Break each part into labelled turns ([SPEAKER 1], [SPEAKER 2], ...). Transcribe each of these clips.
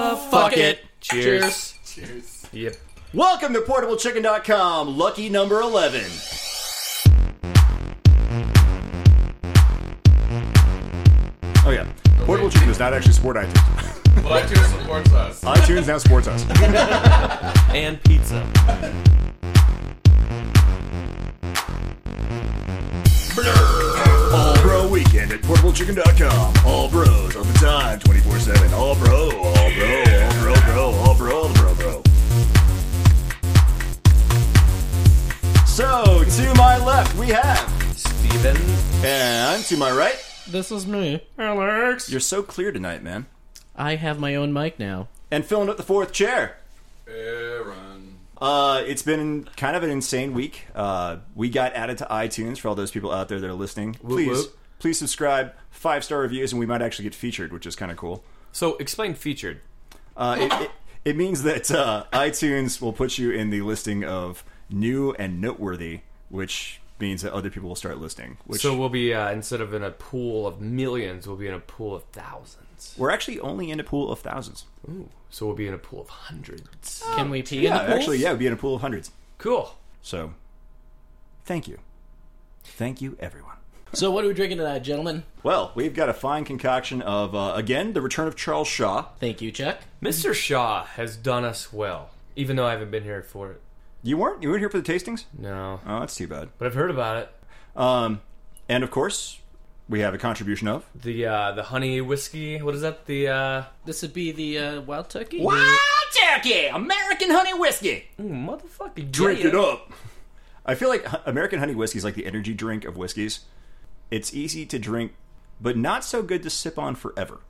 [SPEAKER 1] Rocket. Cheers.
[SPEAKER 2] Cheers.
[SPEAKER 1] Yep. Welcome to PortableChicken.com, lucky number 11. Oh, yeah.
[SPEAKER 3] Portable Chicken does not actually support iTunes.
[SPEAKER 2] Well, iTunes supports us.
[SPEAKER 3] iTunes now supports us.
[SPEAKER 1] And pizza.
[SPEAKER 3] All Bro Weekend at PortableChicken.com. All bros all the time, 24 7. All bro, all bro, all bro, bro, all bro, all bro, bro.
[SPEAKER 1] So, to my left, we have.
[SPEAKER 2] Steven.
[SPEAKER 1] And to my right,
[SPEAKER 4] This is me, Alex.
[SPEAKER 1] you're so clear tonight, man.
[SPEAKER 4] I have my own mic now.
[SPEAKER 1] And filling up the fourth chair.
[SPEAKER 2] Aaron.
[SPEAKER 1] Uh, it's been kind of an insane week. Uh, we got added to iTunes for all those people out there that are listening. Please,
[SPEAKER 5] whoop.
[SPEAKER 1] please subscribe, five star reviews, and we might actually get featured, which is kind of cool.
[SPEAKER 5] So explain featured.
[SPEAKER 1] Uh, it, it, it means that uh, iTunes will put you in the listing of new and noteworthy, which means that other people will start listening. Which
[SPEAKER 5] So we'll be uh, instead of in a pool of millions, we'll be in a pool of thousands.
[SPEAKER 1] we're actually only in a pool of thousands.
[SPEAKER 5] So we'll be in a pool of hundreds.
[SPEAKER 4] Can we pee
[SPEAKER 1] Yeah,
[SPEAKER 4] in the pool?
[SPEAKER 1] actually, yeah, we'd be in a pool of hundreds.
[SPEAKER 5] Cool.
[SPEAKER 1] So, thank you, thank you, everyone.
[SPEAKER 4] So what are we drinking tonight, gentlemen?
[SPEAKER 1] Well, we've got a fine concoction of uh, again the return of Charles Shaw.
[SPEAKER 4] Thank you, Chuck.
[SPEAKER 5] Mr. Shaw has done us well, even though I haven't been here for it.
[SPEAKER 1] You weren't you weren't here for the tastings?
[SPEAKER 5] No,
[SPEAKER 1] Oh, that's too bad.
[SPEAKER 5] but I've heard about it.
[SPEAKER 1] Um, and of course, we have a contribution of
[SPEAKER 5] The uh, the honey whiskey. What is that? The uh,
[SPEAKER 4] This would be the uh, wild turkey.
[SPEAKER 1] Turkey American Honey Whiskey.
[SPEAKER 5] ooh, hmm, motherfucking
[SPEAKER 1] Drink
[SPEAKER 5] yeah.
[SPEAKER 1] it up. I feel like h- American Honey Whiskey is like the energy drink of whiskeys. It's easy to drink, but not so good to sip on forever.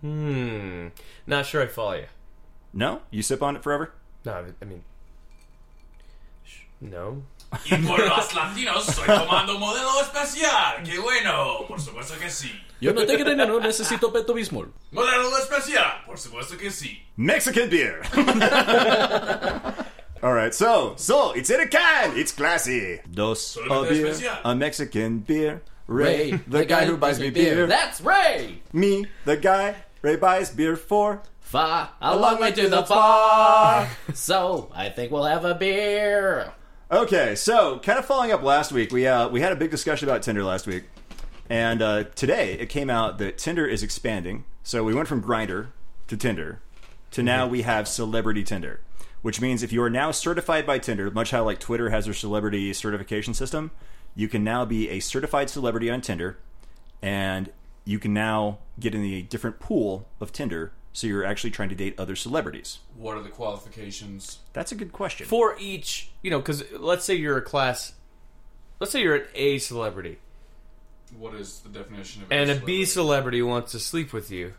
[SPEAKER 5] Hmm. Not sure I follow you.
[SPEAKER 1] No, you sip on it forever.
[SPEAKER 5] No, I mean- I mean, sh- no.
[SPEAKER 2] Y por los latinos soy tomando modelo especial. ¡Qué bueno! Por supuesto que sí.
[SPEAKER 4] Yo no tengo dinero, necesito Pepto Bismol.
[SPEAKER 2] Modelo especial. Por supuesto que sí.
[SPEAKER 1] Mexican beer. All right, so so it's in a can. It's classy. Dos a
[SPEAKER 2] Solamente
[SPEAKER 1] beer,
[SPEAKER 2] especial.
[SPEAKER 1] a Mexican beer. Ray, the, guy, who buys me beer.
[SPEAKER 4] That's Ray.
[SPEAKER 1] Me, the guy Ray buys beer for.
[SPEAKER 4] Far along way to the bar,
[SPEAKER 1] bar.
[SPEAKER 4] so I think we'll have a beer.
[SPEAKER 1] Okay, so kind of following up last week, we uh, we had a big discussion about Tinder last week, and uh, today it came out that Tinder is expanding. So we went from Grinder to Tinder, to now we have Celebrity Tinder, which means if you are now certified by Tinder, much how like Twitter has their celebrity certification system, you can now be a certified celebrity on Tinder, and you can now get in the different pool of Tinder. So you're actually trying to date other celebrities.
[SPEAKER 2] What are the qualifications?
[SPEAKER 1] That's a good question.
[SPEAKER 5] for each, you know, because let's say you're a class, let's say you're an A celebrity,
[SPEAKER 2] What is the definition of
[SPEAKER 5] and a
[SPEAKER 2] a
[SPEAKER 5] B celebrity wants to sleep with you.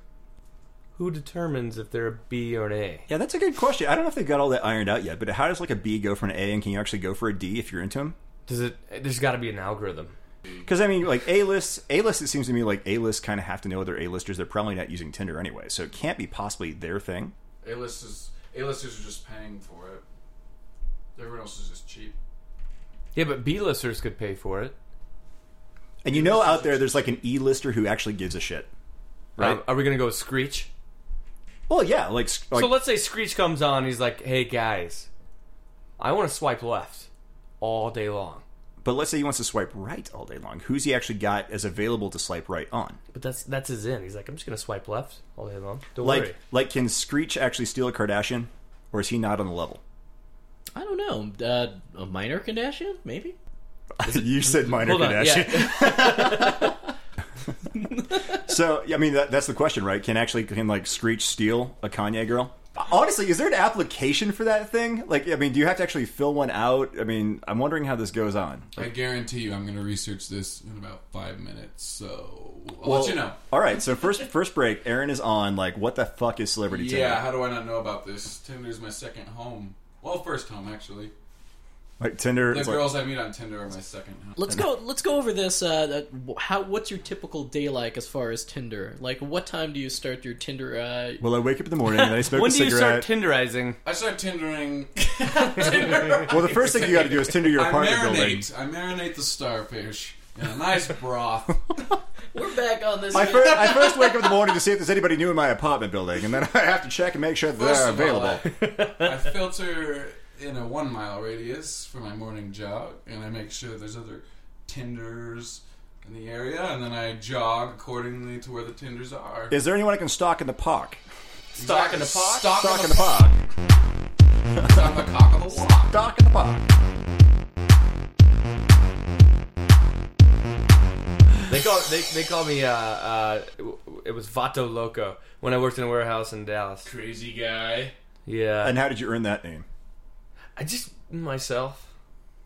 [SPEAKER 5] Who determines if they're a B or an A?
[SPEAKER 1] Yeah, that's a good question. I don't know if they've got all that ironed out yet, but how does like a B go for an A, and can you actually go for a D if you're into them?
[SPEAKER 5] Does it? There's got to be an algorithm.
[SPEAKER 1] Because I mean, like A list, A list. It seems to me like A list kind of have to know other A listers. They're probably not using Tinder anyway, so it can't be possibly their thing.
[SPEAKER 2] A-listers, A-listers are just paying for it. Everyone else is just cheap.
[SPEAKER 5] Yeah, but B listers could pay for it.
[SPEAKER 1] And you know, out there, there's like an E lister who actually gives a shit, right?
[SPEAKER 5] Um, are we gonna go with Screech?
[SPEAKER 1] well, yeah, like, s- like
[SPEAKER 5] so let's say Screech comes on. He's like, "Hey guys, I want to swipe left all day long."
[SPEAKER 1] but let's say he wants to swipe right all day long. Who's he actually got as available to swipe right on?
[SPEAKER 5] But that's that's his in. He's like, "I'm just gonna swipe left all day long." Don't
[SPEAKER 1] Like,
[SPEAKER 5] worry.
[SPEAKER 1] like, can Screech actually steal a Kardashian, or is he not on the level?
[SPEAKER 4] I don't know. Uh, a minor condition, maybe.
[SPEAKER 1] you said minor
[SPEAKER 5] Hold on,
[SPEAKER 1] Kardashian. So yeah, I mean, that, that's the question, right? Can actually can like Screech steal a Kanye girl? Honestly, is there an application for that thing? Like, I mean, do you have to actually fill one out? I mean, I'm wondering how this goes on.
[SPEAKER 2] I guarantee you I'm going to research this in about five minutes, so I'll
[SPEAKER 1] Well,
[SPEAKER 2] let you know.
[SPEAKER 1] All right, so first first break. Aaron is on. Like, what the fuck is celebrity?
[SPEAKER 2] Yeah,
[SPEAKER 1] Tinder?
[SPEAKER 2] how do I not know about this? Tinder's my second home. Well, first home, actually.
[SPEAKER 1] like Tinder.
[SPEAKER 2] The
[SPEAKER 1] It's like,
[SPEAKER 2] girls I meet on Tinder are my second home.
[SPEAKER 4] Let's go. Let's go over this. Uh, uh, how? What's your typical day like as far as Tinder? Like, what time do you start your Tinder? Uh,
[SPEAKER 1] well, I wake up in the morning and I smoke
[SPEAKER 5] when
[SPEAKER 1] a
[SPEAKER 5] do you start
[SPEAKER 1] cigarette.
[SPEAKER 5] Tinderizing?
[SPEAKER 2] I start Tindering. Tinder.
[SPEAKER 1] well, the first thing you got to do is Tinder your
[SPEAKER 2] I
[SPEAKER 1] apartment building.
[SPEAKER 2] marinate. I marinate the starfish.
[SPEAKER 6] Yeah, nice broth.
[SPEAKER 4] We're back on this.
[SPEAKER 1] I first, I first wake up in the morning to see if there's anybody new in my apartment building, and then I have to check and make sure that
[SPEAKER 6] First
[SPEAKER 1] they're
[SPEAKER 6] of all,
[SPEAKER 1] available.
[SPEAKER 6] I, I filter in a one mile radius for my morning jog, and I make sure there's other tenders in the area, and then I jog accordingly to where the tenders are.
[SPEAKER 1] Is there anyone I can stalk in the park?
[SPEAKER 5] Stock in the pot.
[SPEAKER 6] Stock,
[SPEAKER 1] Stalk
[SPEAKER 6] in
[SPEAKER 1] in
[SPEAKER 6] the,
[SPEAKER 1] the park.
[SPEAKER 6] stock the cock of the walk.
[SPEAKER 1] Stalk in the park.
[SPEAKER 5] They call they, they call me uh, uh it was Vato Loco when I worked in a warehouse in Dallas.
[SPEAKER 2] Crazy guy.
[SPEAKER 5] Yeah,
[SPEAKER 1] And how did you earn that name?
[SPEAKER 5] I just myself.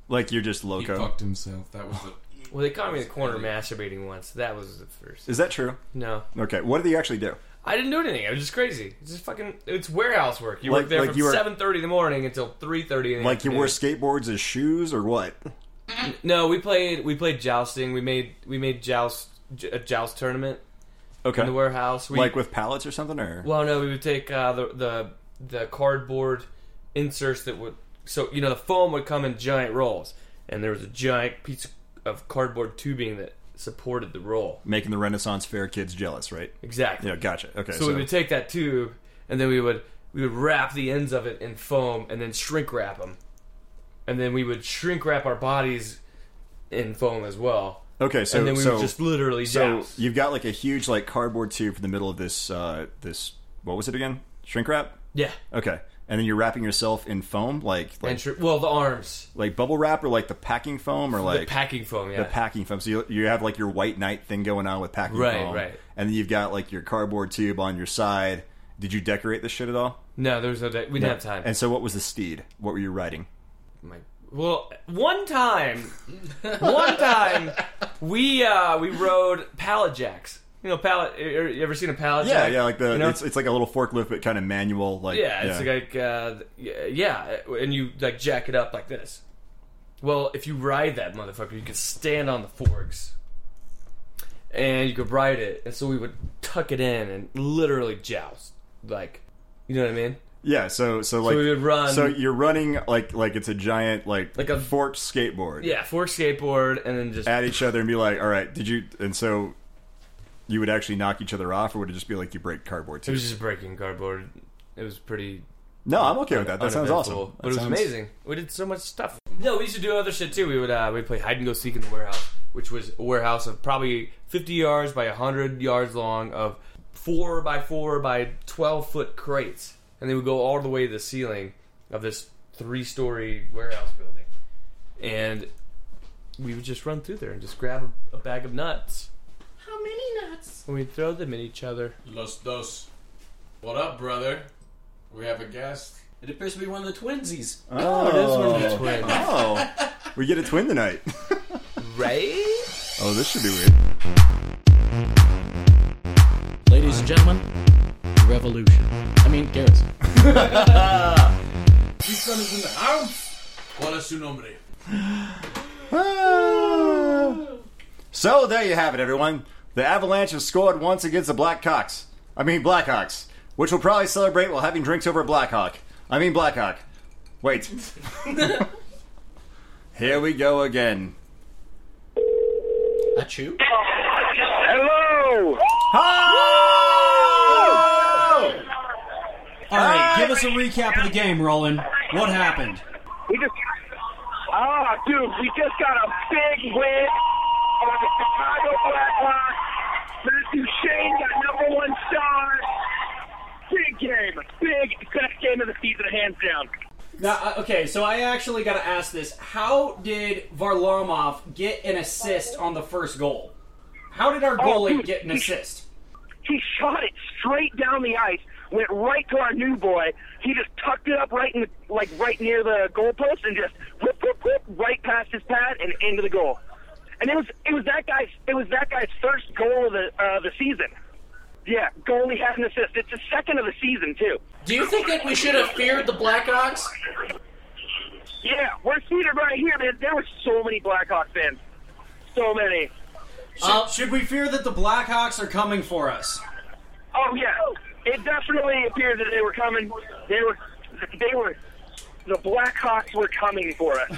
[SPEAKER 1] Like you're just
[SPEAKER 6] He
[SPEAKER 1] loco.
[SPEAKER 6] fucked himself. That was the.
[SPEAKER 5] Well, they caught me in the corner masturbating once. That was the first.
[SPEAKER 1] Is that true?
[SPEAKER 5] No,
[SPEAKER 1] Okay. What did you actually do?
[SPEAKER 5] I didn't do anything. I was just crazy. It's just fucking. It's warehouse work. You
[SPEAKER 1] Like-
[SPEAKER 5] work there
[SPEAKER 1] like
[SPEAKER 5] from
[SPEAKER 1] you were-
[SPEAKER 5] seven thirty in the morning until three thirty. in the
[SPEAKER 1] Like you
[SPEAKER 5] afternoon.
[SPEAKER 1] wore skateboards as shoes or what?
[SPEAKER 5] No, we played. We played jousting. We made. We made joust. j- A joust tournament in
[SPEAKER 1] Okay.
[SPEAKER 5] the warehouse. We,
[SPEAKER 1] Like with pallets or something or
[SPEAKER 5] Well, no, we would take uh, the the the cardboard inserts that would so you know the foam would come in giant rolls, and there was a giant piece of cardboard tubing that supported the roll.
[SPEAKER 1] making the Renaissance fair kids jealous, right?
[SPEAKER 5] Exactly.
[SPEAKER 1] Yeah, gotcha. Okay.
[SPEAKER 5] So,
[SPEAKER 1] So,
[SPEAKER 5] we would take that tube, and then we would we would wrap the ends of it in foam, and then shrink wrap them, and then we would shrink wrap our bodies in foam as well,
[SPEAKER 1] okay, so
[SPEAKER 5] and then we
[SPEAKER 1] so
[SPEAKER 5] would just literally
[SPEAKER 1] so
[SPEAKER 5] douse.
[SPEAKER 1] you've got like a huge like cardboard tube in the middle of this uh this what was it again? Shrink wrap?
[SPEAKER 5] yeah.
[SPEAKER 1] Okay. And then you're wrapping yourself in foam like like
[SPEAKER 5] And shri- well, the arms,
[SPEAKER 1] like bubble wrap or like the packing foam or like
[SPEAKER 5] the packing foam, yeah.
[SPEAKER 1] the packing foam. So you, you have like your white knight thing going on with packing
[SPEAKER 5] Right,
[SPEAKER 1] foam,
[SPEAKER 5] right.
[SPEAKER 1] And then you've got like your cardboard tube on your side. Did you decorate this shit at all?
[SPEAKER 5] no, there was no. Day. We didn't have time.
[SPEAKER 1] And so, what was the steed? What were you riding?
[SPEAKER 5] my well one time one time we uh we rode pallet jacks you know pallet er, you ever seen a pallet
[SPEAKER 1] Yeah,
[SPEAKER 5] jack
[SPEAKER 1] yeah, like the
[SPEAKER 5] you know?
[SPEAKER 1] it's it's like a little forklift, but kind of manual. Like
[SPEAKER 5] yeah, it's like uh y- yeah and you like jack it up like this well if you ride that motherfucker you could stand on the forks and you could ride it and so we would tuck it in and literally joust like you know what i mean
[SPEAKER 1] yeah. So so like
[SPEAKER 5] we would run-
[SPEAKER 1] So you're running like like it's a giant like
[SPEAKER 5] Like a-
[SPEAKER 1] forked skateboard.
[SPEAKER 5] yeah fork skateboard and then just
[SPEAKER 1] At each other and be like, all right, did you? And so you would actually knock each other off, or would it just be like you break cardboard
[SPEAKER 5] it
[SPEAKER 1] too?
[SPEAKER 5] was just breaking cardboard it was pretty
[SPEAKER 1] No, I'm okay with that. That sounds
[SPEAKER 5] uneventful,
[SPEAKER 1] awesome.
[SPEAKER 5] But it was
[SPEAKER 1] That sounds-
[SPEAKER 5] amazing. We did so much stuff. No, we used to do other shit too. We would uh, we play hide and go seek in the warehouse, which was a warehouse of probably 50 yards by 100 yards long of four by four by 12 foot crates, and they would go all the way to the ceiling of this three story warehouse building, and we would just run through there and just grab a, a bag of nuts. How many nuts? And we'd throw them at each other.
[SPEAKER 6] Los dos. What up, brother? We have a guest.
[SPEAKER 4] It appears to be one of the twinsies.
[SPEAKER 1] Oh,
[SPEAKER 5] it is one of the twins.
[SPEAKER 1] Oh, we get a twin tonight.
[SPEAKER 5] Right?
[SPEAKER 1] Oh, this should be weird.
[SPEAKER 4] Ladies and gentlemen, revolution. I mean, Garrus.
[SPEAKER 6] His son is in the house.
[SPEAKER 2] ¿Cuál es su nombre?
[SPEAKER 1] Ah. So there you have it, everyone. The Avalanche have scored once against the Blackhawks. I mean Blackhawks, which will probably celebrate while having drinks over a Blackhawk. I mean Blackhawk. Wait. Here we go again.
[SPEAKER 4] Achoo.
[SPEAKER 7] Hello.
[SPEAKER 1] Oh!
[SPEAKER 6] All right, give us a recap of the game, Roland. What happened?
[SPEAKER 7] We just. Oh, dude, we just got a big win on the Chicago Blackhawks. Matthew Shane got number one star. Big game. Big best game of the season, hands down.
[SPEAKER 8] Now, uh, okay, so I actually got to ask this: How did Varlamov get an assist on the first goal? How did our goalie
[SPEAKER 7] dude,
[SPEAKER 8] get an
[SPEAKER 7] he-
[SPEAKER 8] assist?
[SPEAKER 7] He shot it straight down the ice, went right to our new boy. He just tucked it up right in the, like right near the goalpost and just whip whip whip right past his pad and into the goal. And it was it was that guy's it was that guy's first goal of the uh, the season. Yeah, goalie had an assist. It's the second of the season too.
[SPEAKER 4] Do you think that we should have feared the Blackhawks?
[SPEAKER 7] Yeah, we're seated right here, man. There were so many Blackhawk fans, so many.
[SPEAKER 4] Uh,
[SPEAKER 8] Should we fear that the Blackhawks are coming for us?
[SPEAKER 7] Oh yeah, it definitely appeared that they were coming. They were, they were, the Blackhawks were coming for us.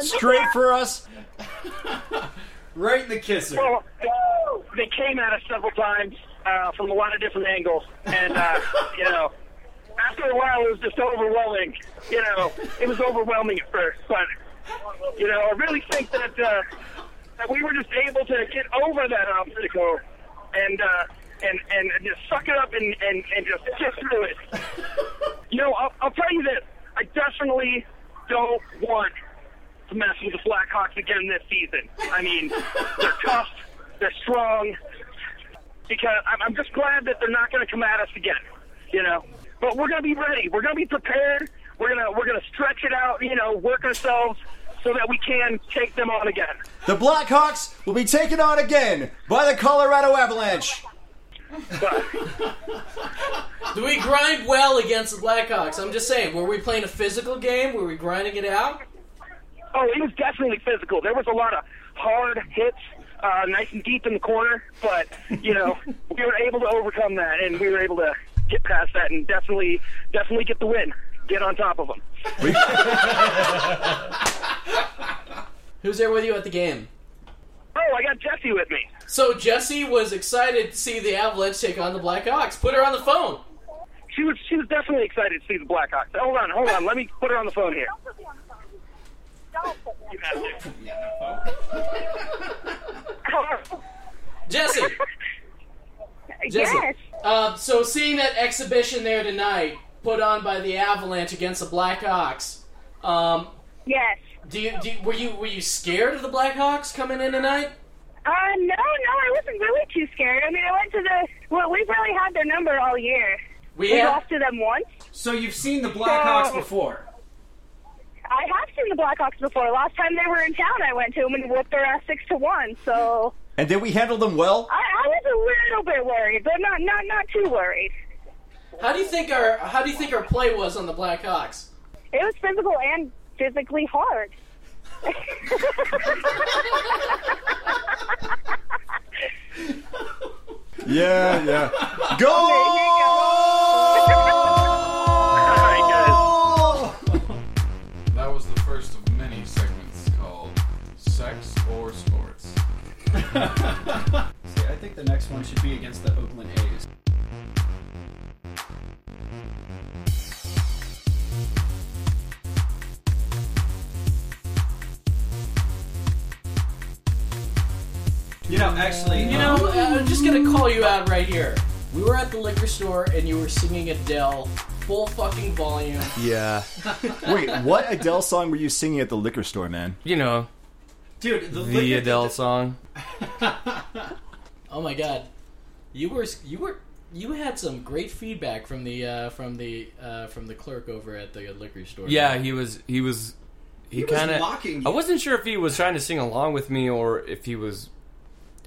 [SPEAKER 1] Straight for us.
[SPEAKER 8] Right in the kisser.
[SPEAKER 7] Well, they came at us several times uh, from a lot of different angles, and uh, you know, after a while, it was just overwhelming. You know, it was overwhelming at first, but you know, I really think that uh, that we were just able to get over that obstacle and uh, and and just suck it up and and, and just get through it. You know, I'll, I'll tell you this: I definitely don't want to mess with the Blackhawks again this season. I mean, they're tough, they're strong. Because I'm, I'm just glad that they're not going to come at us again, you know. But we're going to be ready. We're going to be prepared. We're gonna we're gonna stretch it out, you know, work ourselves so that we can take them on again.
[SPEAKER 1] The Blackhawks will be taken on again by the Colorado Avalanche.
[SPEAKER 7] But
[SPEAKER 4] Do we grind well against the Blackhawks? I'm just saying, were we playing a physical game? Were we grinding it out?
[SPEAKER 7] oh, it was definitely physical. There was a lot of hard hits, uh, nice and deep in the corner. But you know, we were able to overcome that, and we were able to get past that, and definitely definitely get the win. Get on top of them.
[SPEAKER 4] Who's there with you at the game?
[SPEAKER 7] Oh, I got Jesse with me.
[SPEAKER 4] So Jesse was excited to see the Avalanche take on the Blackhawks. Put her on the phone.
[SPEAKER 7] She was she was definitely excited to see the Blackhawks. Hold on, hold on. Let me put her on the phone here.
[SPEAKER 4] Jesse. Jesse.
[SPEAKER 9] Yes.
[SPEAKER 4] Uh, so seeing that exhibition there tonight, put on by the Avalanche against the Blackhawks. Um,
[SPEAKER 9] Yes.
[SPEAKER 4] do you, do you- were you were you scared of the Blackhawks coming in tonight?
[SPEAKER 9] Uh, no, no, I wasn't really too scared. I mean, I went to the. Well, we've really had their number all year.
[SPEAKER 4] We
[SPEAKER 9] We
[SPEAKER 4] have
[SPEAKER 9] lost to them once.
[SPEAKER 8] So you've seen the
[SPEAKER 7] Oh,
[SPEAKER 8] Blackhawks
[SPEAKER 9] No.
[SPEAKER 8] before.
[SPEAKER 9] I have seen the Blackhawks before. Last time they were in town, I went to them and whooped their ass six to one. So
[SPEAKER 1] And did we handle them well?
[SPEAKER 9] I, I was a little bit worried, but not not not too worried.
[SPEAKER 4] How do you think our How do you think our play was on the Blackhawks?
[SPEAKER 9] It was physical and physically hard.
[SPEAKER 1] Yeah, yeah. Go!
[SPEAKER 7] All right, guys.
[SPEAKER 6] That was the first of many segments called Sex or Sports.
[SPEAKER 8] I think the next one should be against the Oakland A's. You know, actually,
[SPEAKER 4] You know, I- I'm just gonna call you out right here. We were at the liquor store and you were singing Adele full fucking volume.
[SPEAKER 1] Yeah. Wait, what Adele song were you singing at the liquor store, man?
[SPEAKER 5] You know,
[SPEAKER 8] dude, uh, the,
[SPEAKER 5] the
[SPEAKER 8] liquor-
[SPEAKER 5] Adele song.
[SPEAKER 4] Oh my god, you were you were you had some great feedback from the uh, from the uh, from the clerk over at the liquor store.
[SPEAKER 5] Yeah, he was. He was. He,
[SPEAKER 8] was
[SPEAKER 5] kind of.
[SPEAKER 8] mocking you.
[SPEAKER 5] I wasn't sure if he was trying to sing along with me or if he was.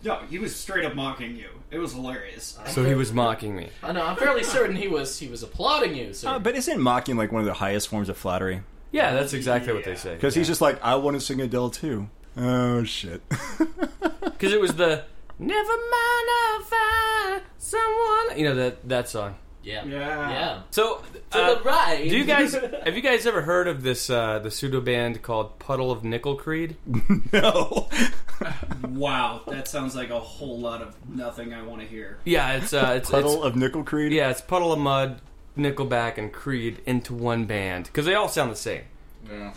[SPEAKER 8] No, he was straight up mocking you. It was hilarious.
[SPEAKER 5] So he was mocking me.
[SPEAKER 4] I know. I'm fairly certain he was he was applauding you. Sir.
[SPEAKER 1] Uh,
[SPEAKER 5] Um,
[SPEAKER 1] but isn't mocking like one of the highest forms of flattery?
[SPEAKER 5] Yeah, that's exactly what they say.
[SPEAKER 1] Because he's just like, I want to sing Adele too. Oh, shit.
[SPEAKER 5] Because it was the "Never mind, I'll find someone." You know that that song.
[SPEAKER 4] yeah,
[SPEAKER 8] Yeah.
[SPEAKER 4] yeah.
[SPEAKER 5] So,
[SPEAKER 4] To
[SPEAKER 5] uh,
[SPEAKER 4] the right.
[SPEAKER 5] do you guys have you guys ever heard of this uh, the pseudo band called Puddle of Nickel Creed?
[SPEAKER 1] no.
[SPEAKER 8] Wow, that sounds like a whole lot of nothing I want to hear.
[SPEAKER 5] Yeah, it's uh, it's, it's
[SPEAKER 1] Puddle of Nickel Creed?
[SPEAKER 5] yeah, it's Puddle of Mud, Nickelback, and Creed into one band because they all sound the same.
[SPEAKER 6] Yeah.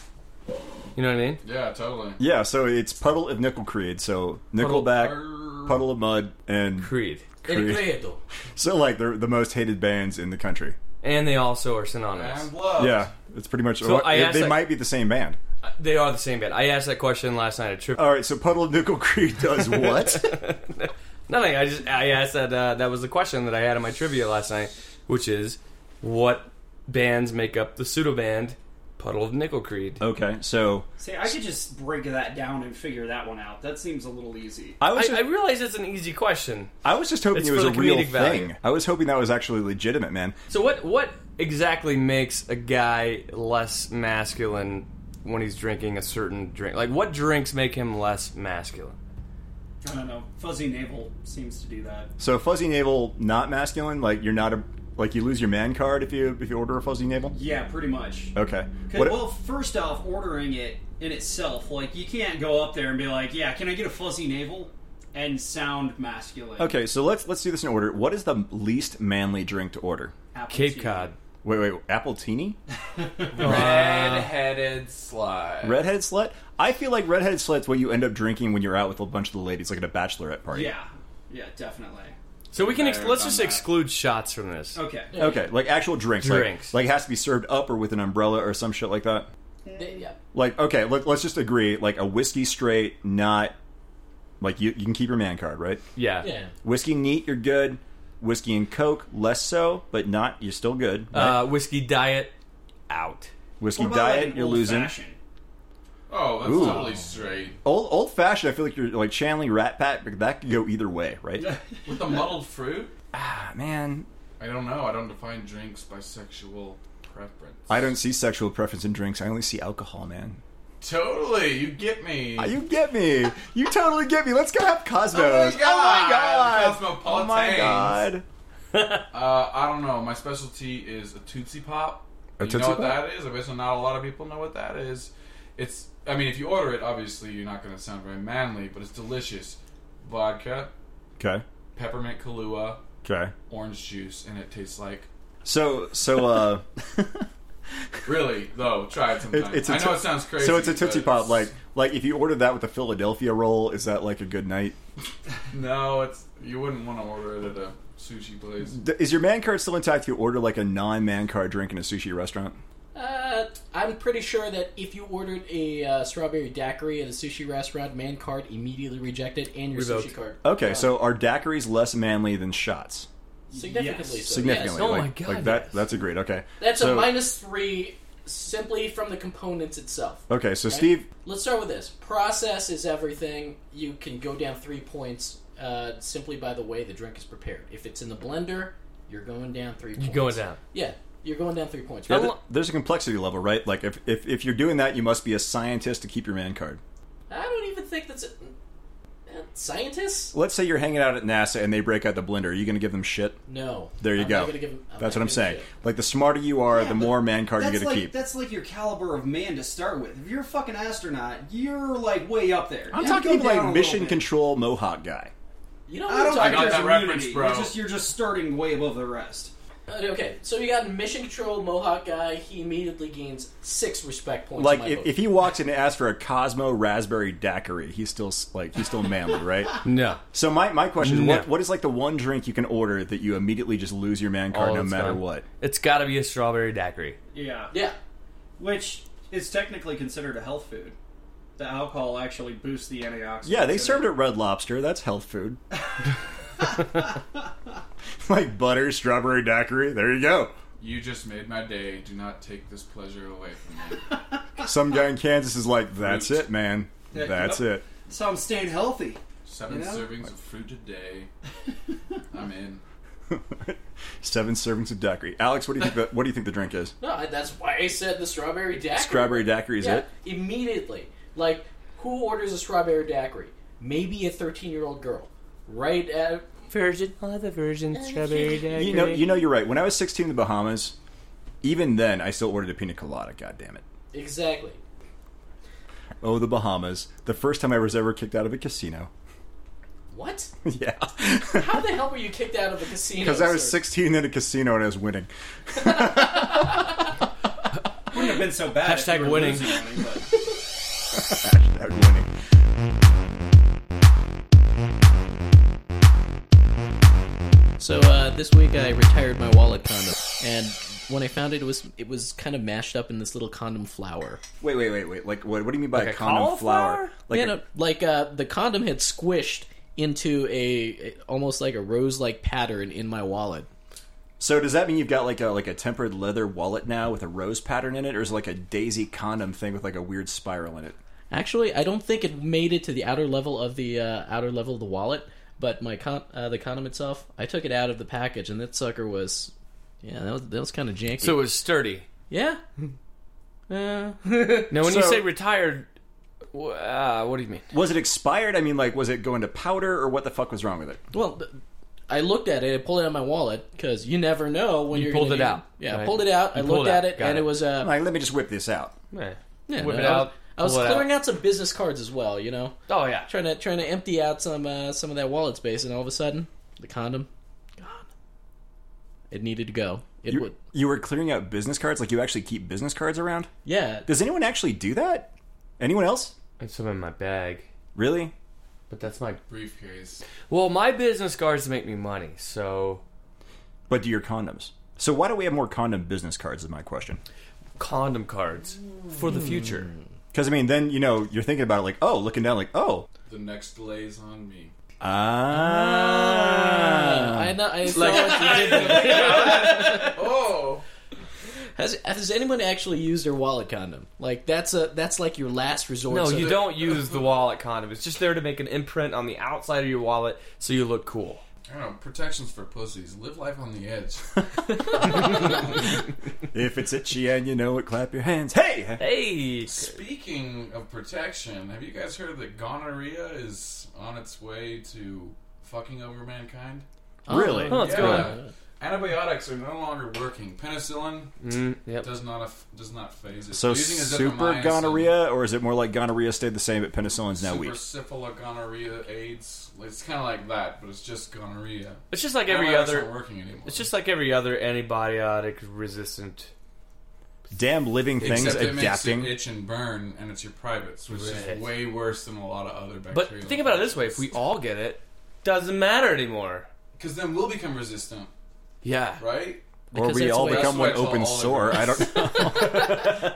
[SPEAKER 5] You know what I mean?
[SPEAKER 6] Yeah, totally.
[SPEAKER 1] Yeah, so it's Puddle of Nickel Creed. So Nickelback, Puddle,
[SPEAKER 6] Puddle-
[SPEAKER 1] of Mud, and
[SPEAKER 5] Creed,
[SPEAKER 4] Incredible.
[SPEAKER 1] so like they're the most hated bands in the country.
[SPEAKER 5] and they also are synonymous.
[SPEAKER 6] And love.
[SPEAKER 1] Yeah, it's pretty much.
[SPEAKER 5] Oh. So I
[SPEAKER 1] they-
[SPEAKER 5] asked,
[SPEAKER 1] they
[SPEAKER 5] like-
[SPEAKER 1] might be the same band.
[SPEAKER 5] They are the same band. I asked that question last night at Trip.
[SPEAKER 1] All right, so Puddle of Nickel Creed does what?
[SPEAKER 5] Nothing. I just I asked that uh, that was the question that I had in my trivia last night, which is what bands make up the pseudo band Puddle of Nickel Creed.
[SPEAKER 1] okay, so
[SPEAKER 8] See, I could just break that down and figure that one out. That seems a little easy.
[SPEAKER 1] I
[SPEAKER 5] I,
[SPEAKER 1] was
[SPEAKER 5] I
[SPEAKER 1] just,
[SPEAKER 5] realize it's an easy question.
[SPEAKER 1] I, was just hoping
[SPEAKER 5] It's
[SPEAKER 1] it was
[SPEAKER 5] for
[SPEAKER 1] a
[SPEAKER 5] the
[SPEAKER 1] real
[SPEAKER 5] comedic value.
[SPEAKER 1] thing. I was hoping that was actually legitimate, man.
[SPEAKER 5] So what what exactly makes a guy less masculine when he's drinking a certain drink? Like what drinks make him less masculine?
[SPEAKER 8] I don't know. Fuzzy Navel seems to do that.
[SPEAKER 1] So fuzzy navel, not masculine. Like you're not a Like you lose your man card if you if you order a fuzzy navel.
[SPEAKER 8] Yeah, pretty much.
[SPEAKER 1] Okay.
[SPEAKER 8] 'Cause- well, first off, ordering it in itself, like you can't go up there and be like, "Yeah, can I get a fuzzy navel?" and sound masculine.
[SPEAKER 1] okay, so let's let's do this in order. What is the least manly drink to order?
[SPEAKER 8] Apple
[SPEAKER 5] Cape
[SPEAKER 8] tea.
[SPEAKER 5] Cod.
[SPEAKER 1] Wait, wait, apple teeny?
[SPEAKER 10] Red-headed slide.
[SPEAKER 1] Redheaded slut? I feel like redheaded slut's what you end up drinking when you're out with a bunch of the ladies, like at a bachelorette party.
[SPEAKER 8] Yeah, yeah, definitely.
[SPEAKER 5] So we can ex-
[SPEAKER 10] Better
[SPEAKER 5] let's
[SPEAKER 10] than
[SPEAKER 5] just
[SPEAKER 10] that.
[SPEAKER 5] exclude shots from this.
[SPEAKER 8] Okay,
[SPEAKER 1] Okay, like actual drinks. like-
[SPEAKER 5] Drinks.
[SPEAKER 1] Like, it has to be served up or with an umbrella or some shit like that.
[SPEAKER 4] They- yeah.
[SPEAKER 1] Like, okay, let, let's just agree. Like a whiskey straight, not like you, you can keep your man card, right?
[SPEAKER 5] Yeah.
[SPEAKER 4] Yeah.
[SPEAKER 1] Whiskey neat, you're good. Whiskey and Coke, less so, but not. You're still good. right?
[SPEAKER 5] Uh, whiskey diet out.
[SPEAKER 1] whiskey
[SPEAKER 8] What about, like,
[SPEAKER 1] diet,
[SPEAKER 8] an
[SPEAKER 1] you're losing.
[SPEAKER 8] old-fashioned?
[SPEAKER 6] Oh, that's
[SPEAKER 1] Ooh.
[SPEAKER 6] totally straight.
[SPEAKER 1] Old old fashioned, I feel like you're like channeling Rat Pack, but that could go either way, right?
[SPEAKER 6] With the muddled fruit?
[SPEAKER 1] Ah, man,
[SPEAKER 6] I don't know. I don't define drinks by sexual preference.
[SPEAKER 1] I don't see sexual preference in drinks. I only see alcohol, man.
[SPEAKER 6] Totally, you get me.
[SPEAKER 1] Ah, You get me. You totally get me. Let's go have Cosmos.
[SPEAKER 6] Oh my God.
[SPEAKER 1] Oh my god. Oh my
[SPEAKER 6] Cosmopolitans.
[SPEAKER 1] god.
[SPEAKER 6] Uh, I don't know. My specialty is a Tootsie Pop.
[SPEAKER 1] A
[SPEAKER 6] you
[SPEAKER 1] Tootsie
[SPEAKER 6] know what
[SPEAKER 1] Pop?
[SPEAKER 6] that is? I bet not a lot of people know what that is. It's, I mean, if you order it, obviously you're not going to sound very manly, but it's delicious. Vodka,
[SPEAKER 1] Okay.
[SPEAKER 6] peppermint Kahlua,
[SPEAKER 1] Okay.
[SPEAKER 6] orange juice, and it tastes like.
[SPEAKER 1] So so uh
[SPEAKER 6] Really, though, try it sometime.
[SPEAKER 1] it's a
[SPEAKER 6] I know
[SPEAKER 1] to-
[SPEAKER 6] it sounds crazy.
[SPEAKER 1] so it's a tootsie
[SPEAKER 6] but
[SPEAKER 1] pop like like if you order that with a Philadelphia roll, is that like a good night?
[SPEAKER 6] No, it's you wouldn't want to order it at a sushi place.
[SPEAKER 1] D- Is your man card still intact? If you order like a non-man card drink in a sushi restaurant.
[SPEAKER 4] Uh, I'm pretty sure that if you ordered a uh, strawberry daiquiri at a sushi restaurant, man card immediately rejected and your
[SPEAKER 5] Revoked.
[SPEAKER 4] sushi card
[SPEAKER 1] Okay, so are daiquiris less manly than shots?
[SPEAKER 4] significantly
[SPEAKER 8] Yes.
[SPEAKER 4] so.
[SPEAKER 1] Significantly,
[SPEAKER 4] Yes.
[SPEAKER 5] Oh
[SPEAKER 1] like,
[SPEAKER 5] my God,
[SPEAKER 1] like that.
[SPEAKER 5] yes.
[SPEAKER 1] That's agreed. Okay,
[SPEAKER 4] That's
[SPEAKER 1] so,
[SPEAKER 4] a minus three simply from the components itself.
[SPEAKER 1] Okay, so Steve,
[SPEAKER 4] Let's start with this. Process is everything. You can go down three points uh, simply by the way the drink is prepared. If it's in the blender, you're going down three points.
[SPEAKER 5] You're going down.
[SPEAKER 4] Yeah, you're going down three points.
[SPEAKER 1] yeah, th- there's a complexity level, right? Like if, if if you're doing that, you must be a scientist to keep your man card.
[SPEAKER 4] I don't even think that's. A, eh, scientists?
[SPEAKER 1] Let's say you're hanging out at NASA and they break out the blender. Are you going to give them shit?
[SPEAKER 4] No.
[SPEAKER 1] There you
[SPEAKER 4] I'm
[SPEAKER 1] go.
[SPEAKER 4] not gonna give 'em-
[SPEAKER 1] that's
[SPEAKER 4] not
[SPEAKER 1] what I'm
[SPEAKER 4] giving
[SPEAKER 1] saying.
[SPEAKER 4] shit.
[SPEAKER 1] Like the smarter you are,
[SPEAKER 8] Yeah,
[SPEAKER 1] the
[SPEAKER 8] but
[SPEAKER 1] more man card you're
[SPEAKER 8] That's
[SPEAKER 1] going
[SPEAKER 8] like
[SPEAKER 1] to keep.
[SPEAKER 8] that's like your caliber of man to start with. If you're a fucking astronaut, you're like way up there.
[SPEAKER 1] I'm
[SPEAKER 8] You
[SPEAKER 1] talking
[SPEAKER 8] go
[SPEAKER 1] even
[SPEAKER 8] down a
[SPEAKER 1] like
[SPEAKER 8] little
[SPEAKER 1] mission
[SPEAKER 8] bit.
[SPEAKER 1] control mohawk guy.
[SPEAKER 4] You know what
[SPEAKER 8] I don't
[SPEAKER 4] I'm
[SPEAKER 8] think
[SPEAKER 6] got
[SPEAKER 4] talking
[SPEAKER 8] there's
[SPEAKER 6] that
[SPEAKER 8] a
[SPEAKER 6] reference,
[SPEAKER 8] unity.
[SPEAKER 6] bro.
[SPEAKER 8] You're just, you're just starting way above the rest.
[SPEAKER 4] about. Okay, so you got Mission Control Mohawk guy. He immediately gains six respect points.
[SPEAKER 1] Like
[SPEAKER 4] in my
[SPEAKER 1] if,
[SPEAKER 4] book.
[SPEAKER 1] if he walks in and asks for a Cosmo raspberry daiquiri, he's still s- like he's still manly, right?
[SPEAKER 5] No.
[SPEAKER 1] So my, my question is,
[SPEAKER 5] No.
[SPEAKER 1] what, what is like the one drink you can order that you immediately just lose your man card
[SPEAKER 5] Oh,
[SPEAKER 1] no
[SPEAKER 5] it's
[SPEAKER 1] matter
[SPEAKER 5] gone.
[SPEAKER 1] what?
[SPEAKER 5] It's got to be a strawberry daiquiri.
[SPEAKER 8] Yeah.
[SPEAKER 4] yeah,
[SPEAKER 8] Which is technically considered a health food. The alcohol actually boosts the antioxidants.
[SPEAKER 1] Yeah, they
[SPEAKER 8] in
[SPEAKER 1] served
[SPEAKER 8] it.
[SPEAKER 1] at Red Lobster. That's health food. like butter, strawberry daiquiri. There you go.
[SPEAKER 6] You just made my day. Do not take this pleasure away from me.
[SPEAKER 1] Some guy in Kansas is like, that's
[SPEAKER 6] Fruit.
[SPEAKER 1] it, man.
[SPEAKER 8] Yeah,
[SPEAKER 1] That's
[SPEAKER 8] yep.
[SPEAKER 1] it.
[SPEAKER 8] So I'm staying healthy.
[SPEAKER 6] Seven
[SPEAKER 8] You know?
[SPEAKER 6] servings of fruit a day. I'm in.
[SPEAKER 1] Seven servings of daiquiri. Alex, what do you think? The, what do you think the drink is?
[SPEAKER 4] no, I- that's why I said the strawberry daiquiri.
[SPEAKER 1] Strawberry daiquiri is
[SPEAKER 4] yeah,
[SPEAKER 1] it?
[SPEAKER 4] immediately. Like who orders a strawberry daiquiri? Maybe a thirteen-year-old girl, right? At,
[SPEAKER 5] Virgin, I'll have a virgin strawberry daiquiri.
[SPEAKER 1] You know, you know, you're right. When I was 16 in the Bahamas, even then, I still ordered a pina colada. God damn it.
[SPEAKER 4] exactly.
[SPEAKER 1] Oh, the Bahamas. The first time I was ever kicked out of a casino.
[SPEAKER 4] What?
[SPEAKER 1] yeah.
[SPEAKER 4] How the hell were you kicked out of a casino?
[SPEAKER 1] Because I was
[SPEAKER 4] sir?
[SPEAKER 1] 16 in a casino and I was winning.
[SPEAKER 8] Wouldn't have been so bad. if
[SPEAKER 5] Hashtag
[SPEAKER 8] you were
[SPEAKER 5] winning.
[SPEAKER 8] losing money, but-
[SPEAKER 1] I was winning.
[SPEAKER 4] So uh, this week I retired my wallet condom, and when I found it, it was it was kind of mashed up in this little condom flour.
[SPEAKER 1] Wait, wait, wait, wait. Like, what, what do you mean by a
[SPEAKER 5] a
[SPEAKER 1] condom flower?
[SPEAKER 5] cauliflower?
[SPEAKER 1] Like,
[SPEAKER 4] yeah, no, like uh, the condom had squished into a, a- almost like a rose like pattern in my wallet.
[SPEAKER 1] so does that mean you've got like a like a tempered leather wallet now with a rose pattern in it, or is it like a daisy condom thing with like a weird spiral in it?
[SPEAKER 4] Actually, I don't think it made it to the outer level of the uh, outer level of the wallet, but my con- uh, the condom itself, I took it out of the package, and that sucker was, yeah, that was, that was kind of janky.
[SPEAKER 5] so it was sturdy.
[SPEAKER 4] yeah, uh,
[SPEAKER 5] Now, when you
[SPEAKER 1] So-
[SPEAKER 5] say retired, wh- uh, what do you mean?
[SPEAKER 1] Was it expired? I mean, like, was it going to powder, or what the fuck was wrong with it?
[SPEAKER 4] well, th- I looked at it. I pulled it out of my wallet because you never know when
[SPEAKER 5] You
[SPEAKER 4] are
[SPEAKER 5] pulled it out.
[SPEAKER 4] Yeah, I
[SPEAKER 5] Right.
[SPEAKER 4] pulled it out. I
[SPEAKER 5] You
[SPEAKER 4] looked
[SPEAKER 5] pulled
[SPEAKER 4] at
[SPEAKER 5] out.
[SPEAKER 4] it,
[SPEAKER 5] Got
[SPEAKER 4] and
[SPEAKER 5] it.
[SPEAKER 4] it was uh,
[SPEAKER 1] Like, let me just whip this out.
[SPEAKER 5] Yeah.
[SPEAKER 4] yeah,
[SPEAKER 5] Whip
[SPEAKER 4] no,
[SPEAKER 5] it
[SPEAKER 4] I was-
[SPEAKER 5] out.
[SPEAKER 4] I was
[SPEAKER 5] pull it
[SPEAKER 4] clearing out. some business cards as well. You know,
[SPEAKER 5] Oh yeah.
[SPEAKER 4] trying to trying to empty out some uh, some of that wallet space, and all of a sudden, the condom, gone. It needed to go. It
[SPEAKER 1] You,
[SPEAKER 4] would.
[SPEAKER 1] you were clearing out business cards? Like, you actually keep business cards around?
[SPEAKER 4] Yeah,
[SPEAKER 1] Does anyone actually do that? Anyone else?
[SPEAKER 5] It's some in my bag,
[SPEAKER 1] Really?
[SPEAKER 5] but that's my.
[SPEAKER 6] Briefcase.
[SPEAKER 5] Well, my business cards make me money, so
[SPEAKER 1] But do your condoms? So why do we have more condom business cards? Is my question.
[SPEAKER 5] condom cards for the future.
[SPEAKER 1] Because I mean, then you know you're thinking about it like, oh, looking down, like, oh,
[SPEAKER 6] The next lays on me.
[SPEAKER 1] ah,
[SPEAKER 4] I know. I
[SPEAKER 5] Hmm.
[SPEAKER 4] saw what you did.
[SPEAKER 6] Oh!
[SPEAKER 4] Has, has anyone actually used their wallet condom? Like that's a that's like your last resort.
[SPEAKER 5] No,
[SPEAKER 4] So-
[SPEAKER 5] you don't use the wallet condom. It's just there to make an imprint on the outside of your wallet so you look cool.
[SPEAKER 6] I don't know, protections for pussies. Live life on the edge.
[SPEAKER 1] if it's itchy and you know it, clap your hands. Hey,
[SPEAKER 5] Hey,
[SPEAKER 6] Speaking of protection, have you guys heard that gonorrhea is on its way to fucking over mankind?
[SPEAKER 1] really?
[SPEAKER 5] let's go.
[SPEAKER 6] Yeah. Antibiotics are no longer working. Penicillin
[SPEAKER 5] Mm, yep.
[SPEAKER 6] does not aff- does not phase it.
[SPEAKER 1] So
[SPEAKER 6] Using
[SPEAKER 1] super
[SPEAKER 6] azithromycin,
[SPEAKER 1] gonorrhea, or is it more like gonorrhea stayed the same, but penicillin's now
[SPEAKER 6] super
[SPEAKER 1] weak?
[SPEAKER 6] syphilis, gonorrhea, AIDS. It's kind of like that, but it's just gonorrhea.
[SPEAKER 5] It's just like every
[SPEAKER 6] Antibiotics
[SPEAKER 5] other.
[SPEAKER 6] aren't working anymore.
[SPEAKER 5] It's just like every other antibiotic resistant.
[SPEAKER 1] Damn living things
[SPEAKER 6] Except it
[SPEAKER 1] adapting.
[SPEAKER 6] makes you itch and burn, and it's your privates, which
[SPEAKER 5] Right.
[SPEAKER 6] is way worse than a lot of other
[SPEAKER 5] But
[SPEAKER 6] bacteria.
[SPEAKER 5] think about it this way: if we all get it, doesn't matter anymore.
[SPEAKER 6] because then we'll become resistant,
[SPEAKER 5] Yeah.
[SPEAKER 6] right?
[SPEAKER 1] or
[SPEAKER 4] Because
[SPEAKER 1] we
[SPEAKER 4] that's
[SPEAKER 1] all
[SPEAKER 4] the way-
[SPEAKER 1] become
[SPEAKER 6] that's
[SPEAKER 1] one
[SPEAKER 6] the way
[SPEAKER 1] open
[SPEAKER 6] it's all
[SPEAKER 1] sore. I don't